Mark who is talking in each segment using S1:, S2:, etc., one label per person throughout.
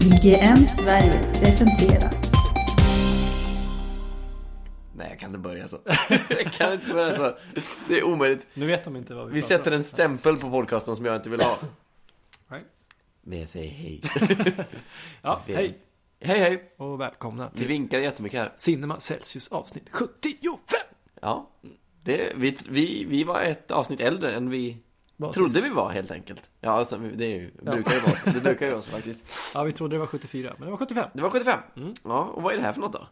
S1: IGN Sverige presenterar
S2: Nej, jag kan inte börja så. jag kan inte börja så. Det är omöjligt.
S3: Nu vet de inte vad vi,
S2: Vi
S3: pratar
S2: sätter
S3: om.
S2: en stämpel på podcasten som jag inte vill ha.
S3: Nej.
S2: Men jag säger hej.
S3: Ja,
S2: Vi-
S3: hej
S2: Hej, hej.
S3: och välkomna
S2: Vi
S3: till
S2: vinkar jättemycket här.
S3: Cinema Celsius avsnitt 75!
S2: Ja. Det, vi, vi, vi var ett avsnitt äldre än vi
S3: Var
S2: trodde
S3: sist.
S2: vi var helt enkelt. Ja, alltså, det är ju,
S3: Ja.
S2: brukar ju vara så. Det brukar ju vara så faktiskt.
S3: Ja, vi trodde det var 74, men det var 75.
S2: Det var 75.
S3: Mm.
S2: Ja, och vad är det här för något då?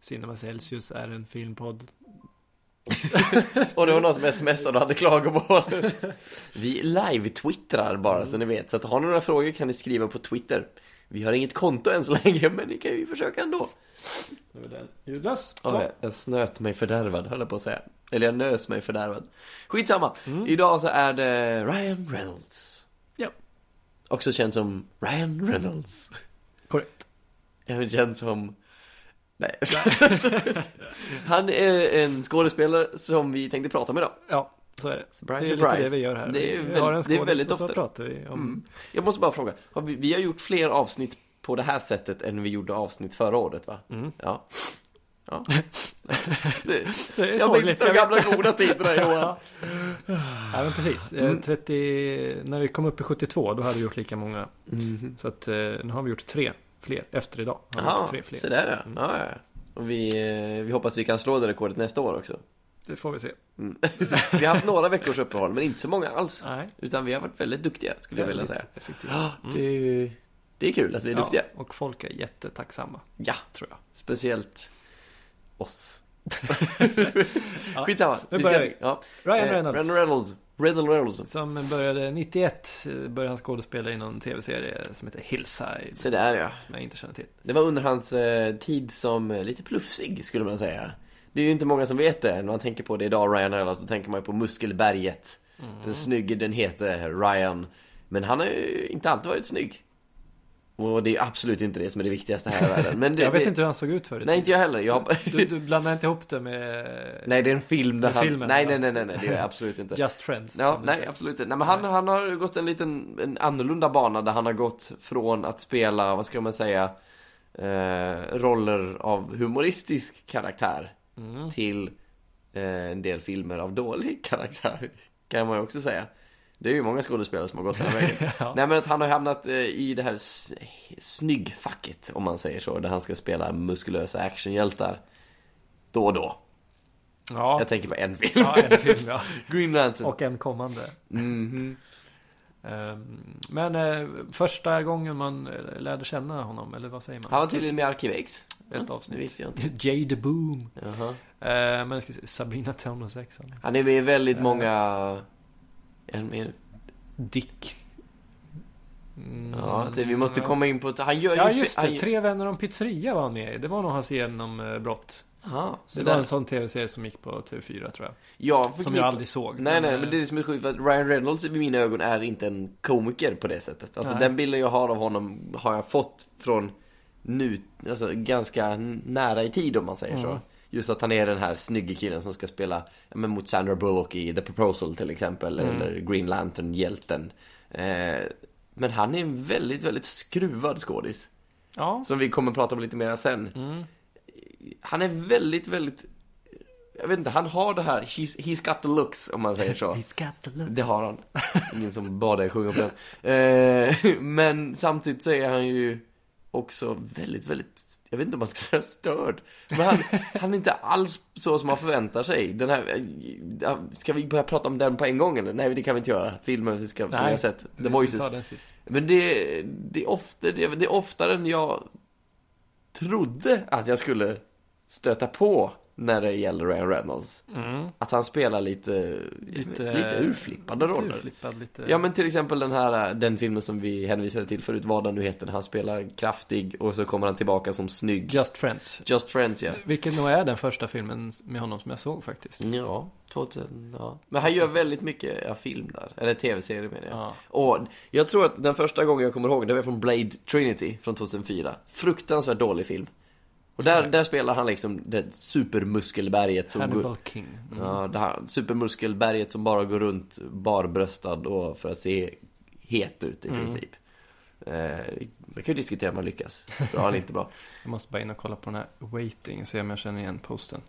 S3: Cinema Celsius är en filmpodd.
S2: Och det var någon som smsade och hade klagomål. Vi live-twittrar bara så ni vet. Så att har ni några frågor kan ni skriva på Twitter. Vi har inget konto än så länge, men ni kan ju försöka ändå.
S3: Nu är den ljudlös. Så.
S2: Ja, jag- jag snöt mig fördärvad höll jag på att säga. Eller jag nös mig fördärvad. Skitsamma.
S3: Mm.
S2: Idag så är det Ryan Reynolds.
S3: Ja.
S2: Också känd som Ryan Reynolds.
S3: Korrekt.
S2: Även känd som... Nej. Han är en skådespelare som vi tänkte prata med idag.
S3: Ja, så är det.
S2: Surprise,
S3: det är lite
S2: surprise.
S3: det vi gör här.
S2: Det är
S3: vi har en
S2: väldigt- det är
S3: skådis
S2: väldigt
S3: och så
S2: ofta.
S3: pratar vi om...
S2: Mm. Jag måste bara fråga. Har vi, vi har gjort fler avsnitt på det här sättet än vi gjorde avsnitt förra året va?
S3: Mm.
S2: Ja. Ja. Det,
S3: Det är
S2: jag minns
S3: sorgligt.
S2: de
S3: Jag vet.
S2: gamla goda tiderna Johan. Mm.
S3: Ja. ja, men precis. Eh, 30... När vi kom upp i 72, då hade vi gjort lika många.
S2: Mhm.
S3: Så att eh, nu har vi gjort tre fler. Efter idag har vi gjort
S2: Jaha,
S3: tre fler. Mm.
S2: så där ja. ja, ja. Och vi, eh, vi hoppas vi kan slå det rekordet nästa år också. Mm.
S3: Det får vi se.
S2: Vi har haft några veckors uppehåll, men inte så många alls.
S3: Nej,
S2: Utan vi har varit väldigt duktiga, skulle jag vilja
S3: väldigt
S2: säga.
S3: Effektivt.
S2: Ja, det, det är kul att vi är duktiga.
S3: Ja, och folk är jättetacksamma,
S2: Ja,
S3: tror jag.
S2: speciellt oss.
S3: Ja,
S2: Skitsamma.
S3: nu
S2: vi
S3: börjar
S2: ska-
S3: vi.
S2: Ja.
S3: Ryan
S2: Eh,
S3: Reynolds.
S2: Ryan Reynolds. Ryan Reynolds.
S3: Som började 91, eh, började han skådespela i någon tv-serie som heter Hillside.
S2: Så där ja.
S3: Som jag inte känner till.
S2: Det var under hans eh, tid som eh, lite plufsig, skulle man säga. Det är ju inte många som vet det. När man tänker på det idag, Ryan Reynolds, då tänker man ju på Muskelberget.
S3: Mm.
S2: Den snygge, den heter Ryan. Men han har ju inte alltid varit snygg. Och det är ju absolut inte det som är det viktigaste här i världen. Men det,
S3: jag vet
S2: det,
S3: inte hur han såg ut förut.
S2: Nej, inte jag heller. Jag...
S3: Du, du blandar inte ihop det med
S2: nej, det är en film där
S3: Med
S2: han...
S3: filmen,
S2: nej,
S3: ja.
S2: nej, nej, nej, nej, det är jag absolut inte.
S3: Just Friends?
S2: Ja, nej absolut inte. Nej, men han, han har gått en liten en annorlunda bana där han har gått från att spela, vad ska man säga, eh, roller av humoristisk karaktär
S3: Mm.
S2: till eh, en del filmer av dålig karaktär. Kan man ju också säga. Det är ju många skådespelare som har gått den här vägen.
S3: Ja.
S2: Nej men att han har hamnat eh, i det här s- snyggfacket, om man säger så, där han ska spela muskulösa actionhjältar. Då och då.
S3: Ja.
S2: Jag tänker på en film.
S3: ja, en film ja.
S2: Green Lantern.
S3: Och en kommande.
S2: Mhm.
S3: Ehm, Men eh, första gången man eh, lärde känna honom, eller vad säger man?
S2: Han var tydligen med i Arkivex.
S3: Ett
S2: Det
S3: avsnitt.
S2: visste jag inte.
S3: Jade Boom.
S2: Jaha.
S3: Eh, Men jag ska se, Sabina Tonårssexan.
S2: Han är med i väldigt
S3: Eh.
S2: många... Är han med?
S3: Dick. Mm.
S2: Ja, det- vi måste komma in på... ett- Han gör
S3: Ja
S2: ju...
S3: just
S2: han
S3: det,
S2: gör-
S3: Tre vänner om pizzeria var han med i. Det var nog hans genombrott.
S2: Ja,
S3: Det
S2: så
S3: var en
S2: där.
S3: sån tv-serie som gick på TV4 tror jag.
S2: Jag fick
S3: Som
S2: mitt-
S3: jag aldrig såg.
S2: Nej, nej,
S3: eh,
S2: men det är det som är sjukt för att Ryan Reynolds i mina ögon är inte en komiker på det sättet. Alltså
S3: Nej.
S2: den bilden jag har av honom har jag fått från nu, alltså ganska n- nära i tid om man säger så.
S3: Mm.
S2: Just att han är den här snygge killen som ska spela ja, men, mot Sandra Bullock i The Proposal till exempel,
S3: Mm.
S2: eller Green Lantern-hjälten. Eh, men han är en väldigt, väldigt skruvad skådis.
S3: Ja.
S2: Som vi kommer prata om lite mer sen.
S3: Mm.
S2: Han är väldigt, väldigt jag vet inte, han har det här, he's, he's got the looks om man säger så. Det har han. Ingen som bad dig sjunga på den. Eh, men samtidigt så är han ju också väldigt, väldigt, jag vet inte om man ska säga störd. Men han, han är inte alls så som man förväntar sig. Den här, eh, ska vi börja prata om den på en gång eller? Nej, det kan vi inte göra. Filmen vi ska, som
S3: Nej,
S2: vi har sett, The
S3: Vi
S2: Voices.
S3: tar den sist.
S2: Men det, det, är ofta, det, det är oftare än jag trodde att jag skulle stöta på när det gäller Ryan Reynolds.
S3: Mm.
S2: Att han spelar lite, lite,
S3: Lite-
S2: urflippade
S3: Lite
S2: roller.
S3: urflippad, lite...
S2: Ja men till exempel den här, den filmen som vi hänvisade till förut, vad den nu heter, han spelar kraftig och så kommer han tillbaka som snygg.
S3: Just Friends.
S2: Just Friends ja.
S3: Vilket nog är den första filmen med honom som jag såg faktiskt.
S2: Ja, 2000, ja. Men han gör väldigt mycket ja, film där, eller tv-serie menar jag.
S3: Ja.
S2: Och jag tror att den första gången jag kommer ihåg, det var från Blade Trinity från 2004. Fruktansvärt dålig film. Och där,
S3: Nej.
S2: där spelar han liksom det supermuskelberget som går...
S3: Hannibal King. Mm.
S2: Ja, det här supermuskelberget som bara går runt barbröstad och för att se het ut i
S3: Mm.
S2: princip. Eh, man kan ju diskutera om han lyckas. Bra eller inte bra.
S3: Jag måste bara in och kolla på den här Waiting och se om jag känner igen posten.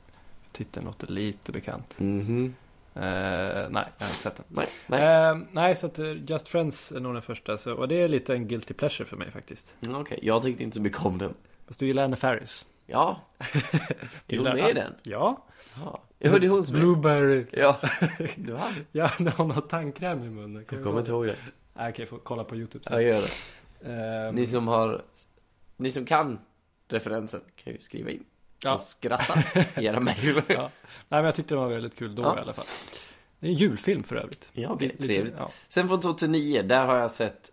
S3: Titeln låter lite bekant.
S2: Mhm.
S3: Eh, nej, jag har inte sett den.
S2: Nej, nej.
S3: Nej, nej så att eh, Just Friends är nog den första. Så, och det är lite en guilty pleasure för mig faktiskt.
S2: Mm, Okej, jag tyckte inte så mycket om den.
S3: Fast du gillar Anna Faris.
S2: Ja. Du är
S3: Gillar
S2: med i
S3: all-
S2: den?
S3: Ja.
S2: Ja. Jag hörde hon som...
S3: Blueberry.
S2: Ja. Du var?
S3: Ja, när hon har tandkräm i munnen.
S2: Jag
S3: Kan vi
S2: kommer
S3: ta
S2: inte ihåg det.
S3: Nej, okej, får kolla på YouTube sen.
S2: Jag gör det.
S3: Ehm,
S2: Ni som har... Ni som kan referensen kan ju skriva in.
S3: ja.
S2: Och skratta. Gärna mejl.
S3: Ja. Nej, men jag tyckte den var väldigt kul då
S2: Ja.
S3: i alla fall. Det är en julfilm för övrigt.
S2: Ja, okej.
S3: Lite-
S2: Trevligt.
S3: Ja,
S2: Sen från 2009, där har jag sett...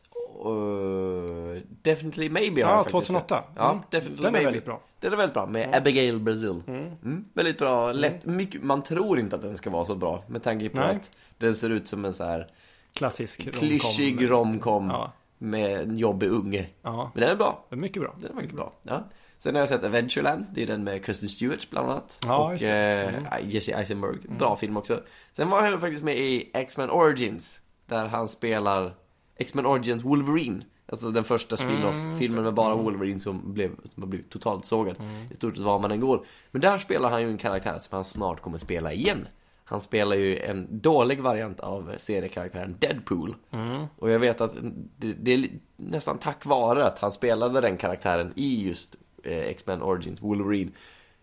S2: eh, Definitely Maybe har
S3: ja
S2: jag faktiskt sett.
S3: 2008.
S2: Ja,
S3: Mm.
S2: Definitely
S3: Den är
S2: Maybe.
S3: väldigt bra.
S2: Den är väldigt bra med Abigail Brazil. Mm, väldigt bra, lätt. Mycket, man tror inte att den ska vara så bra med tanke på
S3: Nej.
S2: att den ser ut som en så här
S3: Klassisk romcom.
S2: klyschig romcom
S3: Ja,
S2: med en jobbig unge.
S3: ja.
S2: Men den är bra.
S3: Mycket bra.
S2: Den är faktiskt bra. Ja. Sen har jag sett Adventureland, det är den med Kristen Stewart bland annat.
S3: Ja,
S2: och
S3: just Mm.
S2: eh, Jesse Eisenberg. Bra film också. Sen var han faktiskt med i X-Men Origins, där han spelar X-Men Origins Wolverine. Alltså den första
S3: Mm,
S2: spin-off-filmen med bara Wolverine som, blev, som har blivit totalt sågad.
S3: Mm.
S2: I stort sett var man än går. Men där spelar han ju en karaktär som han snart kommer spela igen. Han spelar ju en dålig variant av seriekaraktären Deadpool.
S3: Mm,
S2: Och jag vet att det, det är li- nästan tack vare att han spelade den karaktären i just eh, X-Men Origins Wolverine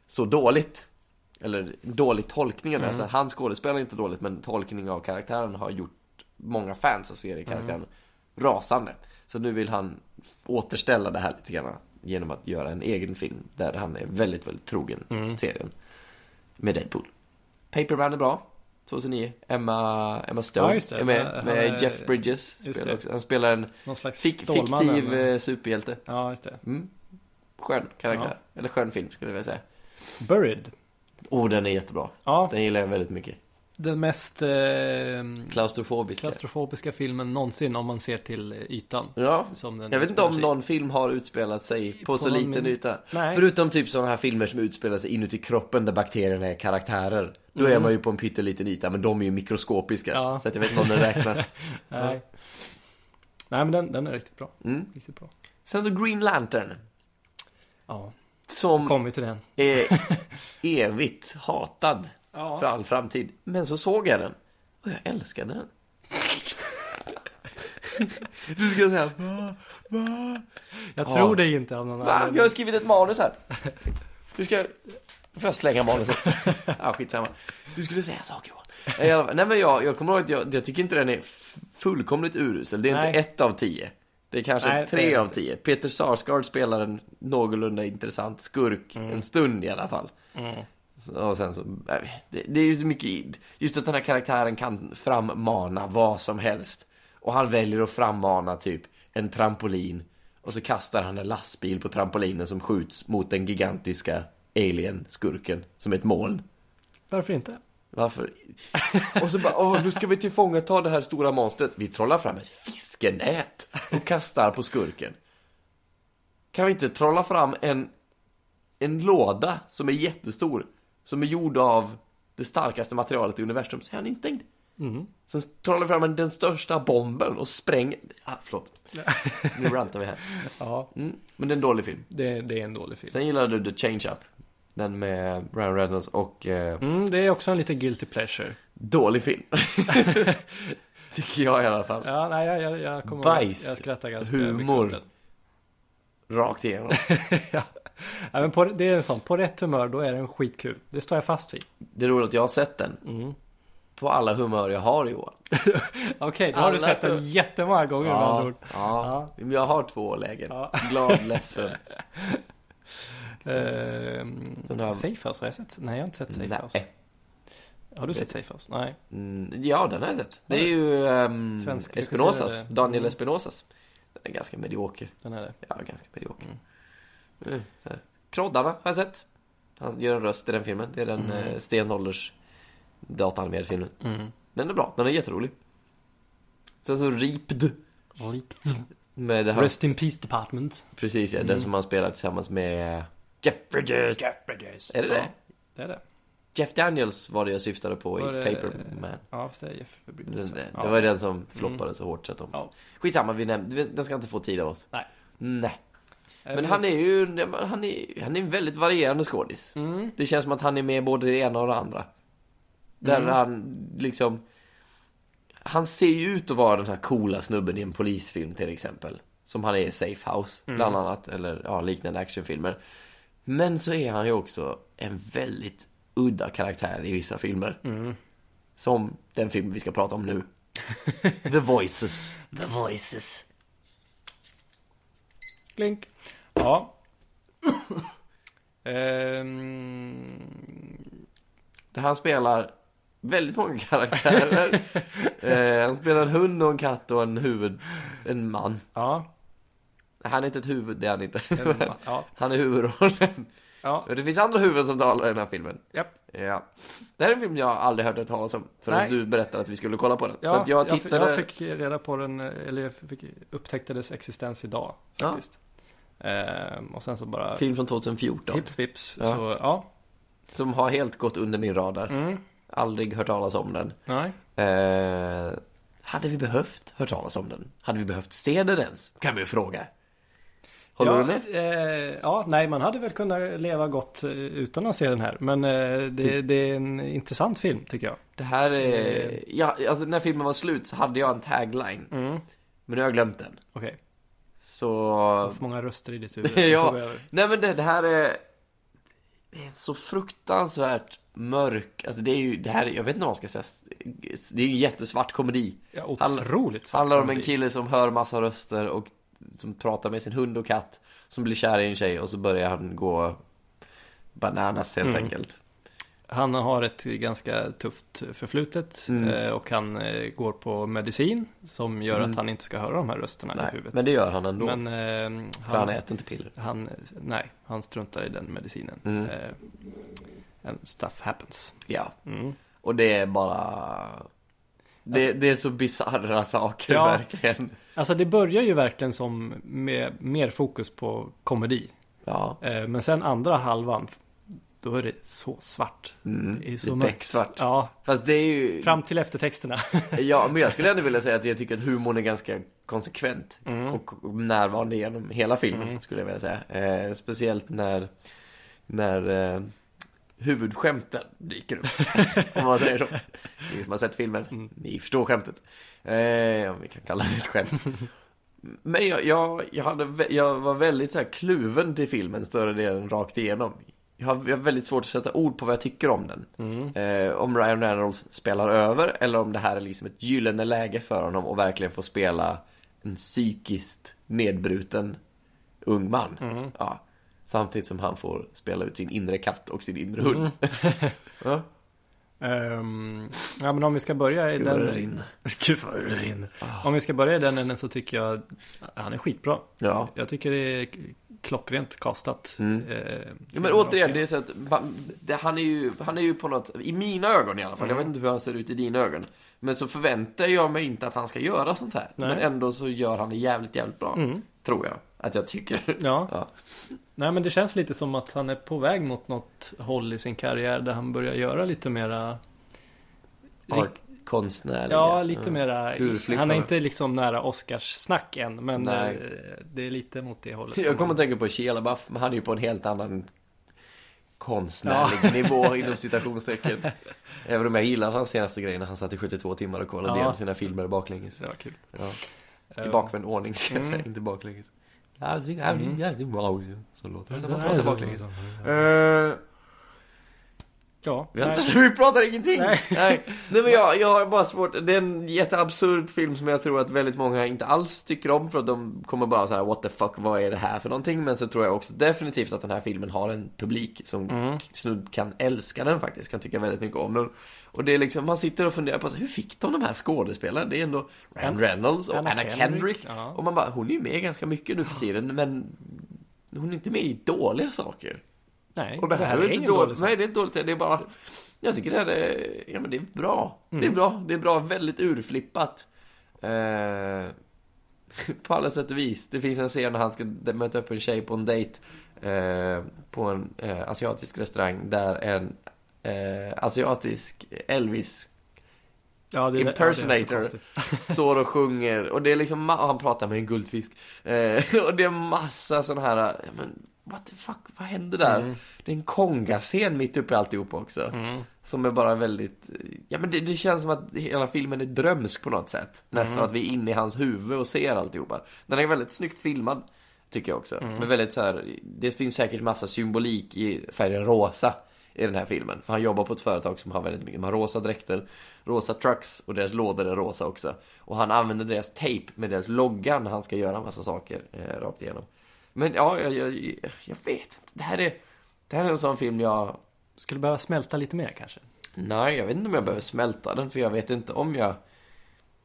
S2: så dåligt. Eller dålig tolkning av det. Alltså, han skådespelar inte dåligt men tolkning av karaktären har gjort många fans av seriekaraktären rasande. Så nu vill han f- återställa det här lite grann genom att göra en egen film där han är väldigt, väldigt trogen
S3: mm.
S2: serien. Med Deadpool. Paperman är bra. 2009. Emma, Emma Stone
S3: Ja, just det.
S2: är med.
S3: Han
S2: med
S3: är-
S2: Jeff Bridges.
S3: just
S2: Spelar
S3: det.
S2: också. Han spelar en
S3: Någon slags
S2: fik
S3: Stålmannen.
S2: fiktiv eh, superhjälte.
S3: Ja, just det.
S2: Mm. Skön karaktär. Eller skön film skulle jag vilja säga.
S3: Buried.
S2: Åh, den är jättebra.
S3: Ja,
S2: Den gillar jag väldigt mycket.
S3: den mest eh,
S2: Klaustrofobisk.
S3: klaustrofobiska filmen någonsin om man ser till eh, ytan.
S2: Ja.
S3: Som den
S2: Jag vet inte om
S3: utspelar sig i.
S2: någon film har utspelat sig på,
S3: På
S2: så
S3: någon
S2: liten
S3: min-
S2: yta.
S3: Nej.
S2: Förutom typ sådana här filmer som utspelar sig inuti kroppen där bakterierna är karaktärer. Då är man ju på en pytteliten yta, men de är ju mikroskopiska.
S3: Mm. Ja.
S2: Så att jag vet inte om den räknas.
S3: Nej. Nej, men den, den är riktigt bra.
S2: Mm.
S3: Riktigt bra.
S2: Sen så Green Lantern.
S3: Ja,
S2: Som
S3: kommer till den.
S2: är evigt hatad
S3: Ja.
S2: för all framtid. Men så såg jag den och jag älskade den. Du ska säga va, va?
S3: Jag
S2: Ja.
S3: tror det inte av någon
S2: Va?
S3: anledning.
S2: Jag har skrivit ett manus här. Du ska... Får jag slänga manuset? Ja, skitsamma. Du skulle säga saker Johan. Nej, i alla fall. Nej men jag, jag kommer ihåg att jag, jag tycker inte den är f- fullkomligt urusel. Det är inte
S3: Nej.
S2: ett av tio. Det är kanske
S3: Nej, det
S2: tre
S3: är det
S2: av
S3: inte.
S2: tio. Peter Sarsgaard spelar en någorlunda intressant skurk
S3: Mm.
S2: en stund i alla fall. Så- Och sen så, nej, det, det är ju så mycket, i- just att den här karaktären kan frammana vad som helst. Och han väljer att frammana typ en trampolin. Och så kastar han en lastbil på trampolinen som skjuts mot den gigantiska alien-skurken som är ett moln.
S3: Varför inte?
S2: Varför? Och så bara, åh, nu ska vi tillfångata det här stora monstret. Vi trollar fram ett fiskenät och kastar på skurken. Kan vi inte trolla fram en, en låda som är jättestor, som är gjord av det starkaste materialet i universum, så är han instängd. Sen trollar vi fram en- den största bomben och spränger... Ah, förlåt. Nu rantar vi här.
S3: Ja,
S2: Mm. Men det är en dålig film.
S3: det, det är en dålig film.
S2: Sen gillade du The Change Up. Den med Ryan Reynolds och... Eh,
S3: Mm, det är också en liten guilty pleasure.
S2: Dålig film. Tycker jag i alla fall.
S3: Ja, nej, jag, jag, jag kommer
S2: Bajs,
S3: ihåg, jag skrattar ganska
S2: Humor.
S3: mycket åt
S2: Rakt igenom.
S3: den. ja, men på, Det är en sån, på rätt humör då är den skitkul. Det står jag fast vid.
S2: Det är roligt att jag har sett den. På alla humör jag har Johan.
S3: Okej, då har
S2: Alla-
S3: du sett den jättemånga gånger med andra
S2: Ja,
S3: ord.
S2: ja. Men Jag har två lägen.
S3: Ja.
S2: Glad, ledsen. Den
S3: Eh,
S2: har-
S3: safe House, har jag sett? Nej, jag har inte sett Safe House.
S2: Nej.
S3: Har du sett Safe House? Nej.
S2: Mm, ja, den har jag sett. Det är ju ehm,
S3: Svensk-
S2: Espinosas.
S3: regisserade.
S2: Daniel
S3: Mm.
S2: Espinosas. Den är ganska medioker.
S3: Den är det.
S2: Ja, ganska medioker. Mm. så här. Kroddarna har jag sett. Han gör en röst i den filmen. Det är den
S3: Mm.
S2: mm. stenålders dataanimerade filmen.
S3: Mm.
S2: Den är bra, den är jätterolig. Sen så Reaped. Med det här,
S3: Rest in Mm. Peace Department.
S2: precis ja, den som han spelar tillsammans med Jeff Bridges.
S3: Jeff Bridges.
S2: Är det
S3: ja,
S2: det?
S3: det? är det.
S2: Jeff Daniels var det jag syftade på
S3: Var
S2: i
S3: det-
S2: Paperman.
S3: Ja, för sig, Jeff
S2: Det,
S3: Bridges.
S2: det,
S3: Ja. Mm.
S2: det var ju den som floppade så hårt så att de...
S3: Ja.
S2: Skitsamma, vi nämnde, den ska inte få tid av oss.
S3: Nej.
S2: Nej.
S3: Eh,
S2: Men han är ju, han är, han är en väldigt varierande skådis.
S3: Mm.
S2: Det känns som att han är med både det ena och det andra. Där han liksom... Han ser ju ut att vara den här coola snubben i en polisfilm till exempel. Som han är i Safe House, bland annat. Eller ja, liknande actionfilmer. Men så är han ju också en väldigt udda karaktär i vissa filmer. Som den film vi ska prata om nu. The Voices.
S3: The voices. Klink. Ja. Ehm,
S2: Där han spelar väldigt många karaktärer. eh, han spelar en hund och en katt och en huvud... En man.
S3: ja.
S2: Han är inte ett huvud, det är han inte.
S3: en- ja.
S2: Han är huvudrollen.
S3: Ja.
S2: Och det finns andra huvuden som talar i den här filmen.
S3: Japp.
S2: Ja. Det här är en film jag aldrig hört talas om förrän
S3: Nej.
S2: du berättade att vi skulle kolla på den.
S3: Ja,
S2: så att jag tittade...
S3: jag, fick reda på den, eller jag fick, upptäckte dess existens idag
S2: Ja.
S3: faktiskt. Ehm, och sen så bara
S2: Film från 2014.
S3: hips vips.
S2: Ja.
S3: Så ja,
S2: Som har helt gått under min radar.
S3: mm.
S2: Aldrig hört talas om den.
S3: nej,
S2: Eh, hade vi behövt hört talas om den? Hade vi behövt se den ens? Kan vi fråga. Håller
S3: ja,
S2: du med?
S3: Eh, ja, nej, man hade väl kunnat leva gott eh, utan att se den här. Men eh, det,
S2: Mm.
S3: det är en intressant film tycker jag.
S2: Det här är... Ja, alltså när filmen var slut så hade jag en tagline.
S3: Eh. Mm.
S2: Men nu har jag glömt den.
S3: Okej,
S2: Så...
S3: för många röster i ditt huvud.
S2: Ja.
S3: ja. tog över.
S2: Nej men det, det här är... Det är så fruktansvärt mörk, alltså det är ju, det här, jag vet inte om man ska säga, det är ju en jättesvart komedi.
S3: ja,
S2: Handlar-
S3: otroligt svart
S2: Handlar om en
S3: komedi.
S2: kille som hör massa röster och som pratar med sin hund och katt, som blir kär i en tjej och så börjar han gå bananas helt
S3: Mm.
S2: enkelt.
S3: Han har ett ganska tufft förflutet
S2: Mm.
S3: eh, och han eh, går på medicin som gör
S2: Mm.
S3: att han inte ska höra de här rösterna i
S2: Nej,
S3: huvudet.
S2: men det gör han ändå,
S3: Men eh,
S2: för han
S3: han,
S2: äter inte piller.
S3: han, nej, han struntar i den medicinen.
S2: Mm.
S3: Eh, and stuff happens.
S2: Ja,
S3: Mm.
S2: och det är bara... Det,
S3: Alltså-
S2: det är så bisarra saker
S3: Ja.
S2: verkligen.
S3: Alltså det börjar ju verkligen som med mer fokus på komedi.
S2: Ja,
S3: Eh, men sen andra halvan, då är det så svart.
S2: mm.
S3: Det är
S2: det
S3: så
S2: är
S3: mörkt.
S2: becksvart.
S3: Ja,
S2: Fast det är ju...
S3: fram till eftertexterna.
S2: Ja, men jag skulle ändå vilja säga att jag tycker att humorn är ganska konsekvent
S3: Mm.
S2: och och närvarande genom hela filmen,
S3: Mm.
S2: skulle jag vilja säga. Eh, speciellt när, när eh, huvudskämten dyker upp, om man säger så. Ni som har sett filmen,
S3: Mm.
S2: ni förstår skämtet. Eh, om vi kan kalla det ett skämt. Men jag, jag, jag, hade, vä- jag var väldigt så här kluven till filmen större delen rakt igenom. Jag har, jag har väldigt svårt att sätta ord på vad jag tycker om den.
S3: Mm.
S2: Eh, om Ryan Reynolds spelar över eller om det här är liksom ett gyllene läge för honom och verkligen får spela en psykiskt nedbruten ung man.
S3: Mm.
S2: Ja. Samtidigt som han får spela ut sin inre katt och sin inre hund. Mm. ja.
S3: Ehm, ja men om vi ska börja i
S2: Gud vad det
S3: den...
S2: rinner.
S3: Gud vad det rinner. Om vi ska börja i den änden så tycker jag han är skitbra.
S2: ja.
S3: Jag tycker det är klockrent kastat.
S2: Mm.
S3: Eh,
S2: Ja, men återigen, det är så att man, det, han, är ju, han är ju på något, i mina ögon i alla fall, jag vet inte hur han ser ut i dina ögon. Men så förväntar jag mig inte att han ska göra sånt här.
S3: Nej.
S2: Men ändå så gör han det jävligt, jävligt bra.
S3: Mm.
S2: Tror jag att jag tycker.
S3: Ja.
S2: Ja.
S3: Nej men det känns lite som att han är på väg mot något håll i sin karriär där han börjar göra lite mera...
S2: Art, konstnärliga.
S3: Ja, lite mera...
S2: Urflippare.
S3: Han är inte liksom nära Oscarssnack än, men
S2: Nej.
S3: eh, det är lite mot det hållet.
S2: Jag
S3: som
S2: kommer
S3: han-
S2: att tänka på Shia LaBeouf, men han är ju på en helt annan konstnärlig nivå inom citationstecken. Även om jag gillar hans senaste grej när han satt i 72 timmar och kollade
S3: Ja.
S2: igenom sina filmer baklänges.
S3: Ja, kul.
S2: Ja. I
S3: Ehm,
S2: bakvänd ordning ska jag
S3: Mm.
S2: säga, inte baklänges.
S3: Mm.
S2: Så låter det när man pratar baklänges. Eh,
S3: Ja.
S2: vi, har,
S3: nej.
S2: vi pratar ingenting!
S3: Nej.
S2: Nej. Nej men jag, jag har bara svårt, det är en jätteabsurd film som jag tror att väldigt många inte alls tycker om för att de kommer bara så här: what the fuck, vad är det här för någonting? Men så tror jag också definitivt att den här filmen har en publik som
S3: Mm.
S2: snudd kan älska den faktiskt, kan tycka väldigt mycket om den. Och det är liksom, man sitter och funderar på så, här, hur fick de de här skådespelarna? Det är ändå Ryan
S3: Anna-
S2: Reynolds och Anna, Kendrick.
S3: Ja.
S2: Och man bara, hon är ju med ganska mycket nu för tiden, men hon är inte med i dåliga saker.
S3: nej,
S2: Och det här, är, inte
S3: ingen
S2: dåligt.
S3: sak.
S2: Nej, det är inte dåligt. Det är bara... Jag tycker det här är... Ja, men det är bra. Det är bra. Det är bra. Väldigt urflippat. Eh, på alla sätt och vis. Det finns en scen när han ska d- möta upp en tjej på en dejt. Eh, på en eh, asiatisk restaurang där en eh, asiatisk Elvis
S3: Ja, det,
S2: Impersonator.
S3: Ja, det är så konstigt.
S2: står och sjunger och det är liksom, ma- och han pratar med en guldfisk eh, Och det är massa sådana här, ja, men what the fuck, vad hände där?
S3: Mm.
S2: Det är en kongascen mitt uppe i alltihop också
S3: Mm.
S2: Som är bara väldigt, eh, ja men det, det känns som att hela filmen är drömsk på något sätt Nästan
S3: Mm.
S2: att vi är inne i hans huvud och ser alltihopa Den är väldigt snyggt filmad Tycker jag också,
S3: Mm.
S2: men väldigt så här, det finns säkert massa symbolik i färgen rosa i den här filmen. För han jobbar på ett företag som har väldigt mycket, de har rosa dräkter, rosa trucks och deras lådor är rosa också. Och han använder deras tejp med deras logga när han ska göra en massa saker eh, rakt igenom. Men ja, jag, jag, jag vet inte. Det här är, det här är en sån film jag
S3: Skulle behöva smälta lite mer kanske.
S2: Nej, jag vet inte om jag behöver smälta den för jag vet inte om jag...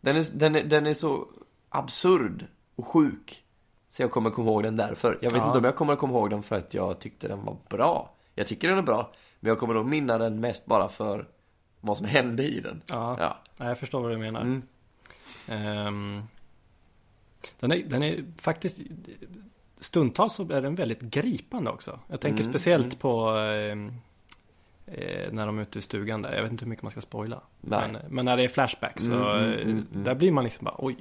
S2: Den är, den är, den är så absurd och sjuk. Så jag kommer komma ihåg den därför. Jag vet
S3: Ja.
S2: inte om jag kommer att komma ihåg den för att jag tyckte den var bra. Jag tycker den är bra, men jag kommer nog minna den mest bara för vad som hände i den.
S3: Ja,
S2: Ja.
S3: Nej, jag förstår vad du menar.
S2: Mm.
S3: Ehm, den, är, den är faktiskt Stundtals så är den väldigt gripande också. Jag tänker
S2: Mm,
S3: speciellt
S2: mm.
S3: på ehm, eh, när de är ute i stugan där. Jag vet inte hur mycket man ska spoila.
S2: Nej.
S3: Men, men när det är flashbacks så
S2: Mm, mm,
S3: eh,
S2: mm, mm.
S3: där blir man liksom bara oj.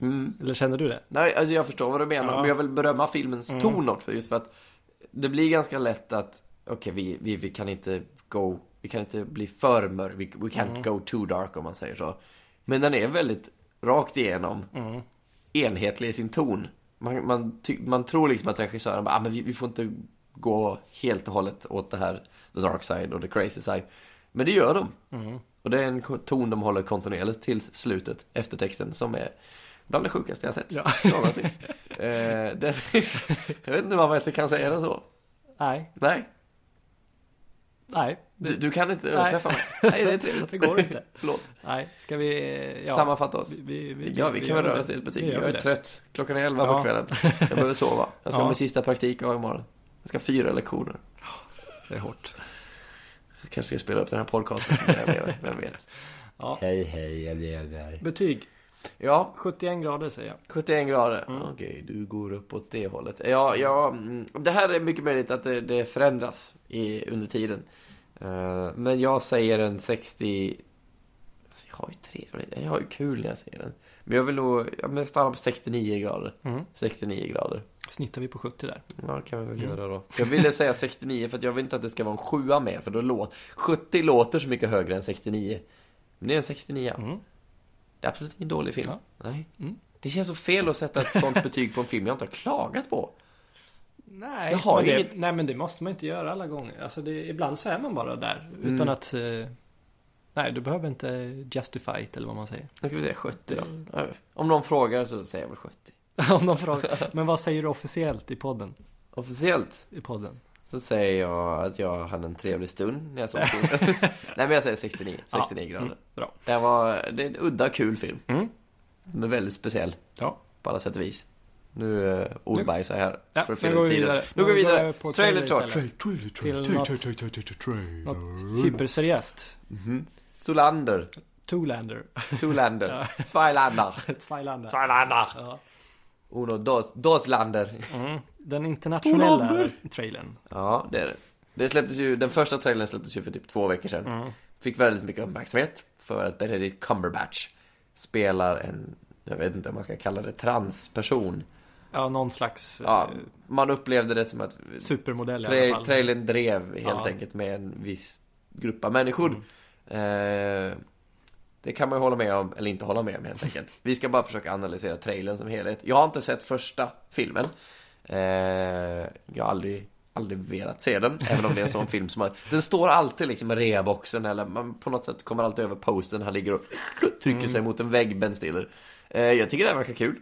S2: Mm.
S3: Eller känner du det?
S2: Nej, alltså jag förstår vad du menar,
S3: Ja.
S2: men jag vill berömma filmens
S3: Mm.
S2: ton också just för att det blir ganska lätt att okej, vi, vi, vi kan inte go, vi kan inte bli för mörk, we, we can't
S3: Mm.
S2: go too dark om man säger så. Men den är väldigt rakt igenom
S3: Mm.
S2: enhetlig i sin ton. Man, man, ty, man tror liksom att regissören bara, ah, men vi, vi får inte gå helt och hållet åt det här the dark side och the crazy side. Men det gör de.
S3: Mm.
S2: Och det är en ko- ton de håller kontinuerligt till slutet, eftertexten, som är bland det sjukaste jag har sett
S3: Ja.
S2: någonsin. eh, det, jag vet inte vad man kan säga den så.
S3: Nej,
S2: Nej,
S3: nej.
S2: du, du kan inte
S3: Nej.
S2: överträffa mig. Nej, det är trevligt.
S3: Det går inte.
S2: Förlåt.
S3: Nej, ska vi... ja.
S2: Sammanfatta oss.
S3: Vi, vi, vi,
S2: Ja, vi kan
S3: gör
S2: väl röra
S3: det.
S2: oss till ett betyg.
S3: Vi gör
S2: Jag är
S3: det.
S2: trött. Klockan är elva
S3: Ja.
S2: på kvällen. Jag behöver sova. Jag ska ha
S3: Ja.
S2: min sista praktikdag imorgon. Jag ska ha fyra lektioner.
S3: Det är hårt.
S2: Jag kanske ska spela upp den här podcasten. Vem vet, Vem vet.
S3: Ja.
S2: Hej, hej, hej.
S3: Betyg.
S2: Ja,
S3: 71 grader säger jag.
S2: 71 grader.
S3: Mm.
S2: Okej, du går upp åt det hållet. Ja, ja, mm, det här är mycket möjligt att det, det förändras i, under tiden. Eh, men jag säger en 60... Alltså, jag har ju trevligt, jag har ju kul när jag säger den. Men jag vill nog, jag vill stanna på 69 grader. 69 grader.
S3: Snittar vi på 70 där.
S2: Ja, det kan vi väl
S3: Mm.
S2: göra då. Jag ville säga 69 för att jag vill inte att det ska vara en sjua med, för då låter... 70 låter så mycket högre än 69. Men det är en 69.
S3: Mm.
S2: Det är absolut ingen dålig film.
S3: Ja.
S2: Nej.
S3: Mm.
S2: Det känns så fel att sätta ett sånt betyg på en film jag inte har klagat på.
S3: Nej,
S2: Jag har
S3: men det,
S2: inget-
S3: nej, men det måste man inte göra alla gånger. Alltså det, ibland så är man bara där. Utan
S2: Mm.
S3: att... eh, Nej, du behöver inte justify it eller vad man säger.
S2: Då kan vi säga 70 då. Om någon frågar så säger jag väl 70.
S3: Om någon frågar. Men vad säger du officiellt i podden?
S2: Officiellt
S3: I podden?
S2: så säger jag att jag hade en trevlig stund när jag såg filmen. Nej men jag säger 69, 69 grader.
S3: Mm, bra.
S2: Det, var, det är en udda kul film.
S3: Mm.
S2: Men väldigt speciell.
S3: Ja.
S2: På alla sätt och vis. Nu uh, ordbajsar jag här.
S3: Ja,
S2: för att
S3: nu
S2: fylla
S3: går
S2: ut
S3: vi vidare.
S2: tiden. Nu går vi vidare.
S3: på
S2: Trailer talk.
S3: istället.
S4: trailer,
S3: trailer,
S4: trailer,
S3: trailer,
S4: trailer, trailer,
S3: Något hyperseriöst.
S2: Mhm. Solander.
S3: Two-lander.
S2: Tolander. Zweilander.
S3: Zweilander.
S2: Zweilander.
S3: Ja.
S2: Uno, dos, dos lander.
S3: Mm. Den internationella trailern.
S2: Ja, det är det. det släpptes ju, den första trailern släpptes ju för typ två veckor sedan.
S3: Mm.
S2: Fick väldigt mycket uppmärksamhet för att Benedict Cumberbatch spelar en, jag vet inte om man ska kalla det transperson.
S3: Ja, någon slags eh,
S2: Ja, man upplevde det som att
S3: supermodell i alla
S2: tra-
S3: fall.
S2: trailern drev helt
S3: Ja.
S2: enkelt med en viss grupp av människor.
S3: Mm.
S2: Eh, det kan man ju hålla med om, eller inte hålla med om helt enkelt. Vi ska bara försöka analysera trailern som helhet. Jag har inte sett första filmen. Eh, jag har aldrig, aldrig velat se den, även om det är en sån film som har... Den står alltid liksom i reaboxen, eller man på något sätt kommer alltid över posten. Han ligger och trycker sig mot en vägg, Ben Stiller. Eh, jag tycker det här verkar kul.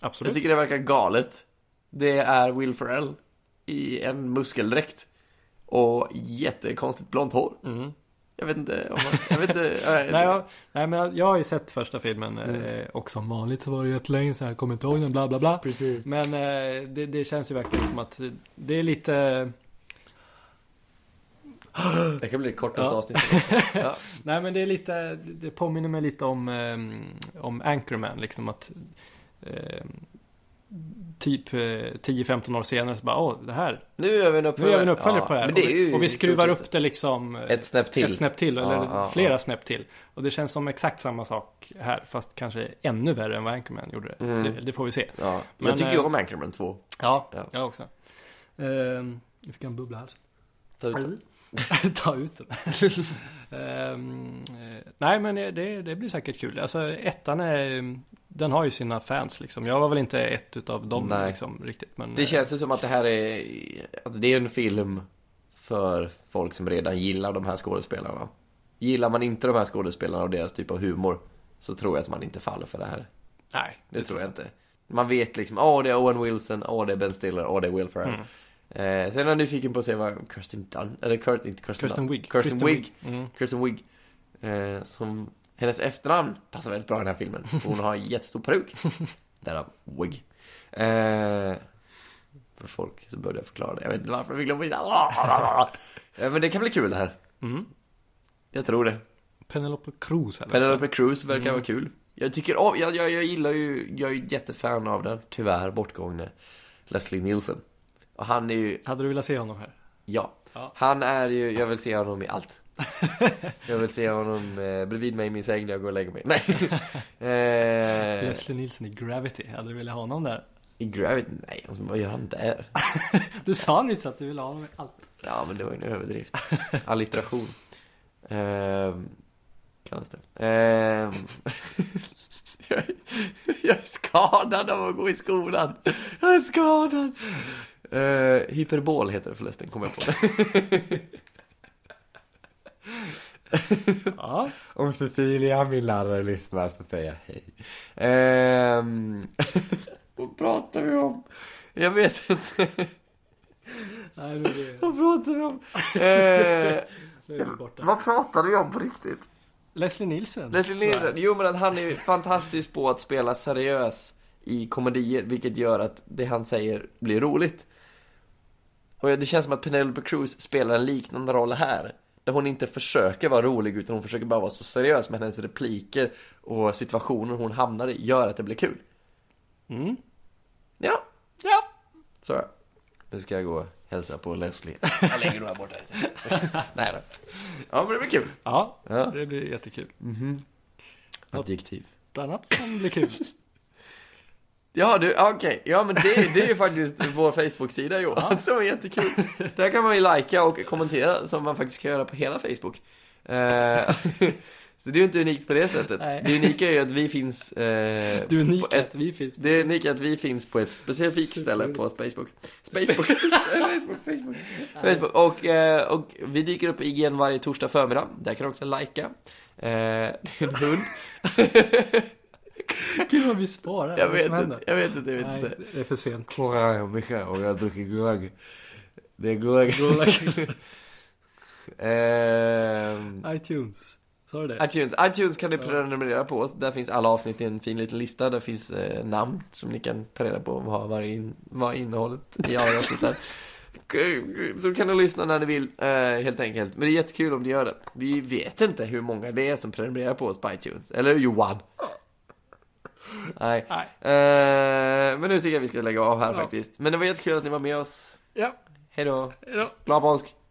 S3: Absolut.
S2: Jag tycker det verkar galet. Det är Will Ferrell i en muskeldräkt. Och jättekonstigt blont hår.
S3: Mm.
S2: Jag vet inte om man, jag vet inte. jag vet
S3: Nej,
S2: inte.
S3: jag, nej men jag har ju sett första filmen
S2: Mm.
S3: eh, och som vanligt så var det jättelänge sedan jag kommer inte ihåg den bla bla bla. Men eh, det, det känns ju verkligen som att det är lite
S2: Det kan bli det kortaste
S3: Ja.
S2: avsnittet.
S3: Nej men det är lite Det påminner mig lite om eh, Om Anchorman liksom att eh, typ eh, 10-15 år senare så bara, åh, det här,
S2: Nu gör vi en
S3: nu
S2: uppföljare.
S3: gör vi en uppföljare
S2: Ja,
S3: på det här.
S2: Men det är
S3: och,
S2: ju
S3: vi, och vi
S2: i stort
S3: skruvar
S2: sett
S3: upp det liksom eh,
S2: Ett snäpp till.
S3: ett snäpp till,
S2: Ja,
S3: eller
S2: ja,
S3: flera
S2: ja.
S3: snäpp till. Och det känns som exakt samma sak här, fast kanske ännu värre än vad Anchorman gjorde.
S2: Mm.
S3: Det, det får vi se.
S2: Ja.
S3: Men,
S2: jag tycker ju
S3: eh,
S2: om Anchorman 2.
S3: Ja,
S2: Ja.
S3: jag också. Ehm, jag fick en bubbla här.
S2: Ta ut den.
S3: Ta ut den. Ehm, eh, nej men det- det, det blir säkert kul. Alltså ettan är, eh, den har ju sina fans liksom. Jag var väl inte ett utav dem
S2: Nej.
S3: liksom riktigt. Men,
S2: Det
S3: eh,
S2: känns ju som att det här är, att det är en film för folk som redan gillar de här skådespelarna. Gillar man inte de här skådespelarna och deras typ av humor så tror jag att man inte faller för det här.
S3: Nej,
S2: Det tror jag inte. Man vet liksom, åh det är Owen Wilson, åh det är Ben Stiller, åh det är Will Ferrell.
S3: Mm.
S2: Eh, sen är jag nyfiken på att se vad Kirsten Dunn, eller Kurt, inte Kirsten,
S3: Kirsten
S2: Dunn.
S3: Wigg.
S2: Kirsten, Wigg.
S3: Mm.
S2: Kirsten Wigg. Eh, som, hennes efternamn passar väldigt bra i den här filmen. för Hon har en jättestor peruk. Därav Wigg. Eh, för folk så började jag förklara det. Jag vet inte varför jag fick glömma in det. Eh, Men det kan bli kul det här.
S3: Mm.
S2: Jag tror det.
S3: Penelope Cruz eller?
S2: Penelope Cruz verkar
S3: Mm.
S2: vara kul. Jag tycker om, jag, jag, jag gillar ju, jag är ju jättefan av den, tyvärr bortgångne Leslie Nielsen. Och han är ju,
S3: Hade du velat se honom här?
S2: ja.
S3: Ja.
S2: Han är ju, jag vill se honom i allt. jag vill se honom eh, bredvid mig i min säng när jag går och lägger mig. Nej. eh,
S3: Leslie Nielsen i Gravity, hade du velat ha honom där?
S2: I Gravity, nej, alltså, vad gör han där?
S3: Du sa nyss att du ville ha honom i allt.
S2: Ja, men det var ju en överdrift. Allitteration. Ehm, kallas det. Ehm, jag, är- jag är skadad av att gå i skolan. Jag är skadad. Eh, hyperbol heter det förresten, kom jag på.
S3: Ja,
S2: Om Cecilia, min lärare, lyssnar så säger jag hej. Ehm, vad pratar vi om? Jag vet inte.
S3: nej, nu är det,
S2: Vad pratar vi om? Eh,
S3: nu är det borta.
S2: vad pratar vi om på riktigt?
S3: Leslie Nielsen.
S2: Leslie Nielsen, jo men att han är fantastisk på att spela seriös i komedier, vilket gör att det han säger blir roligt. Och det känns som att Penelope Cruz spelar en liknande roll här. Där hon inte försöker vara rolig utan hon försöker bara vara så seriös med hennes repliker och situationer hon hamnar i gör att det blir kul.
S3: Mm.
S2: Ja,
S3: Ja.
S2: så. Nu ska jag gå och hälsa på Leslie. Han lägger nog här borta. Nej då. Ja men det blir kul.
S3: ja,
S2: Ja.
S3: det blir jättekul.
S2: Adjektiv.
S3: Något annat som blir kul.
S2: Ja, du, okej. Ja, men det, det är faktiskt vår Facebook-sida Johan, som är jättekul. Där kan man ju likea och kommentera, som man faktiskt kan göra på hela Facebook. Eh, så det är ju inte unikt på det sättet.
S3: Nej.
S2: Det unika är ju att vi finns... Eh,
S3: Du är unik
S2: på ett,
S3: att vi finns.
S2: det unika är att vi finns på ett specifikt
S3: Super.
S2: ställe på Facebook. Facebook, Facebook, Facebook. Facebook. Och, eh, och vi dyker upp i IGN varje torsdag förmiddag. Där kan du också likea. Eh, det är en hund.
S3: Gud vad vi sparar.
S2: Jag
S3: vad som
S2: vet inte,
S3: händer.
S2: jag vet inte, jag vet
S3: Nej,
S2: inte.
S3: det är för sent.
S2: Kolla här Micke och jag dricker glögg. Det är glögg. Ehm,
S3: iTunes. Sa du det?
S2: iTunes. iTunes kan ni prenumerera på. Där finns alla avsnitt i en fin liten lista. Där finns eh, namn som ni kan ta reda på vad, varje in, vad innehållet i varje avsnitt är. Så kan ni lyssna när ni vill, eh, helt enkelt. Men det är jättekul om ni gör det. Vi vet inte hur många det är som prenumererar på oss på iTunes. Eller hur, Johan? Nej.
S3: Nej.
S2: Eh, men nu tycker jag vi ska lägga av här
S3: Ja.
S2: faktiskt. Men det var jättekul att ni var med oss.
S3: Ja.
S2: Hej då.
S3: Hejdå.
S2: Glad påsk.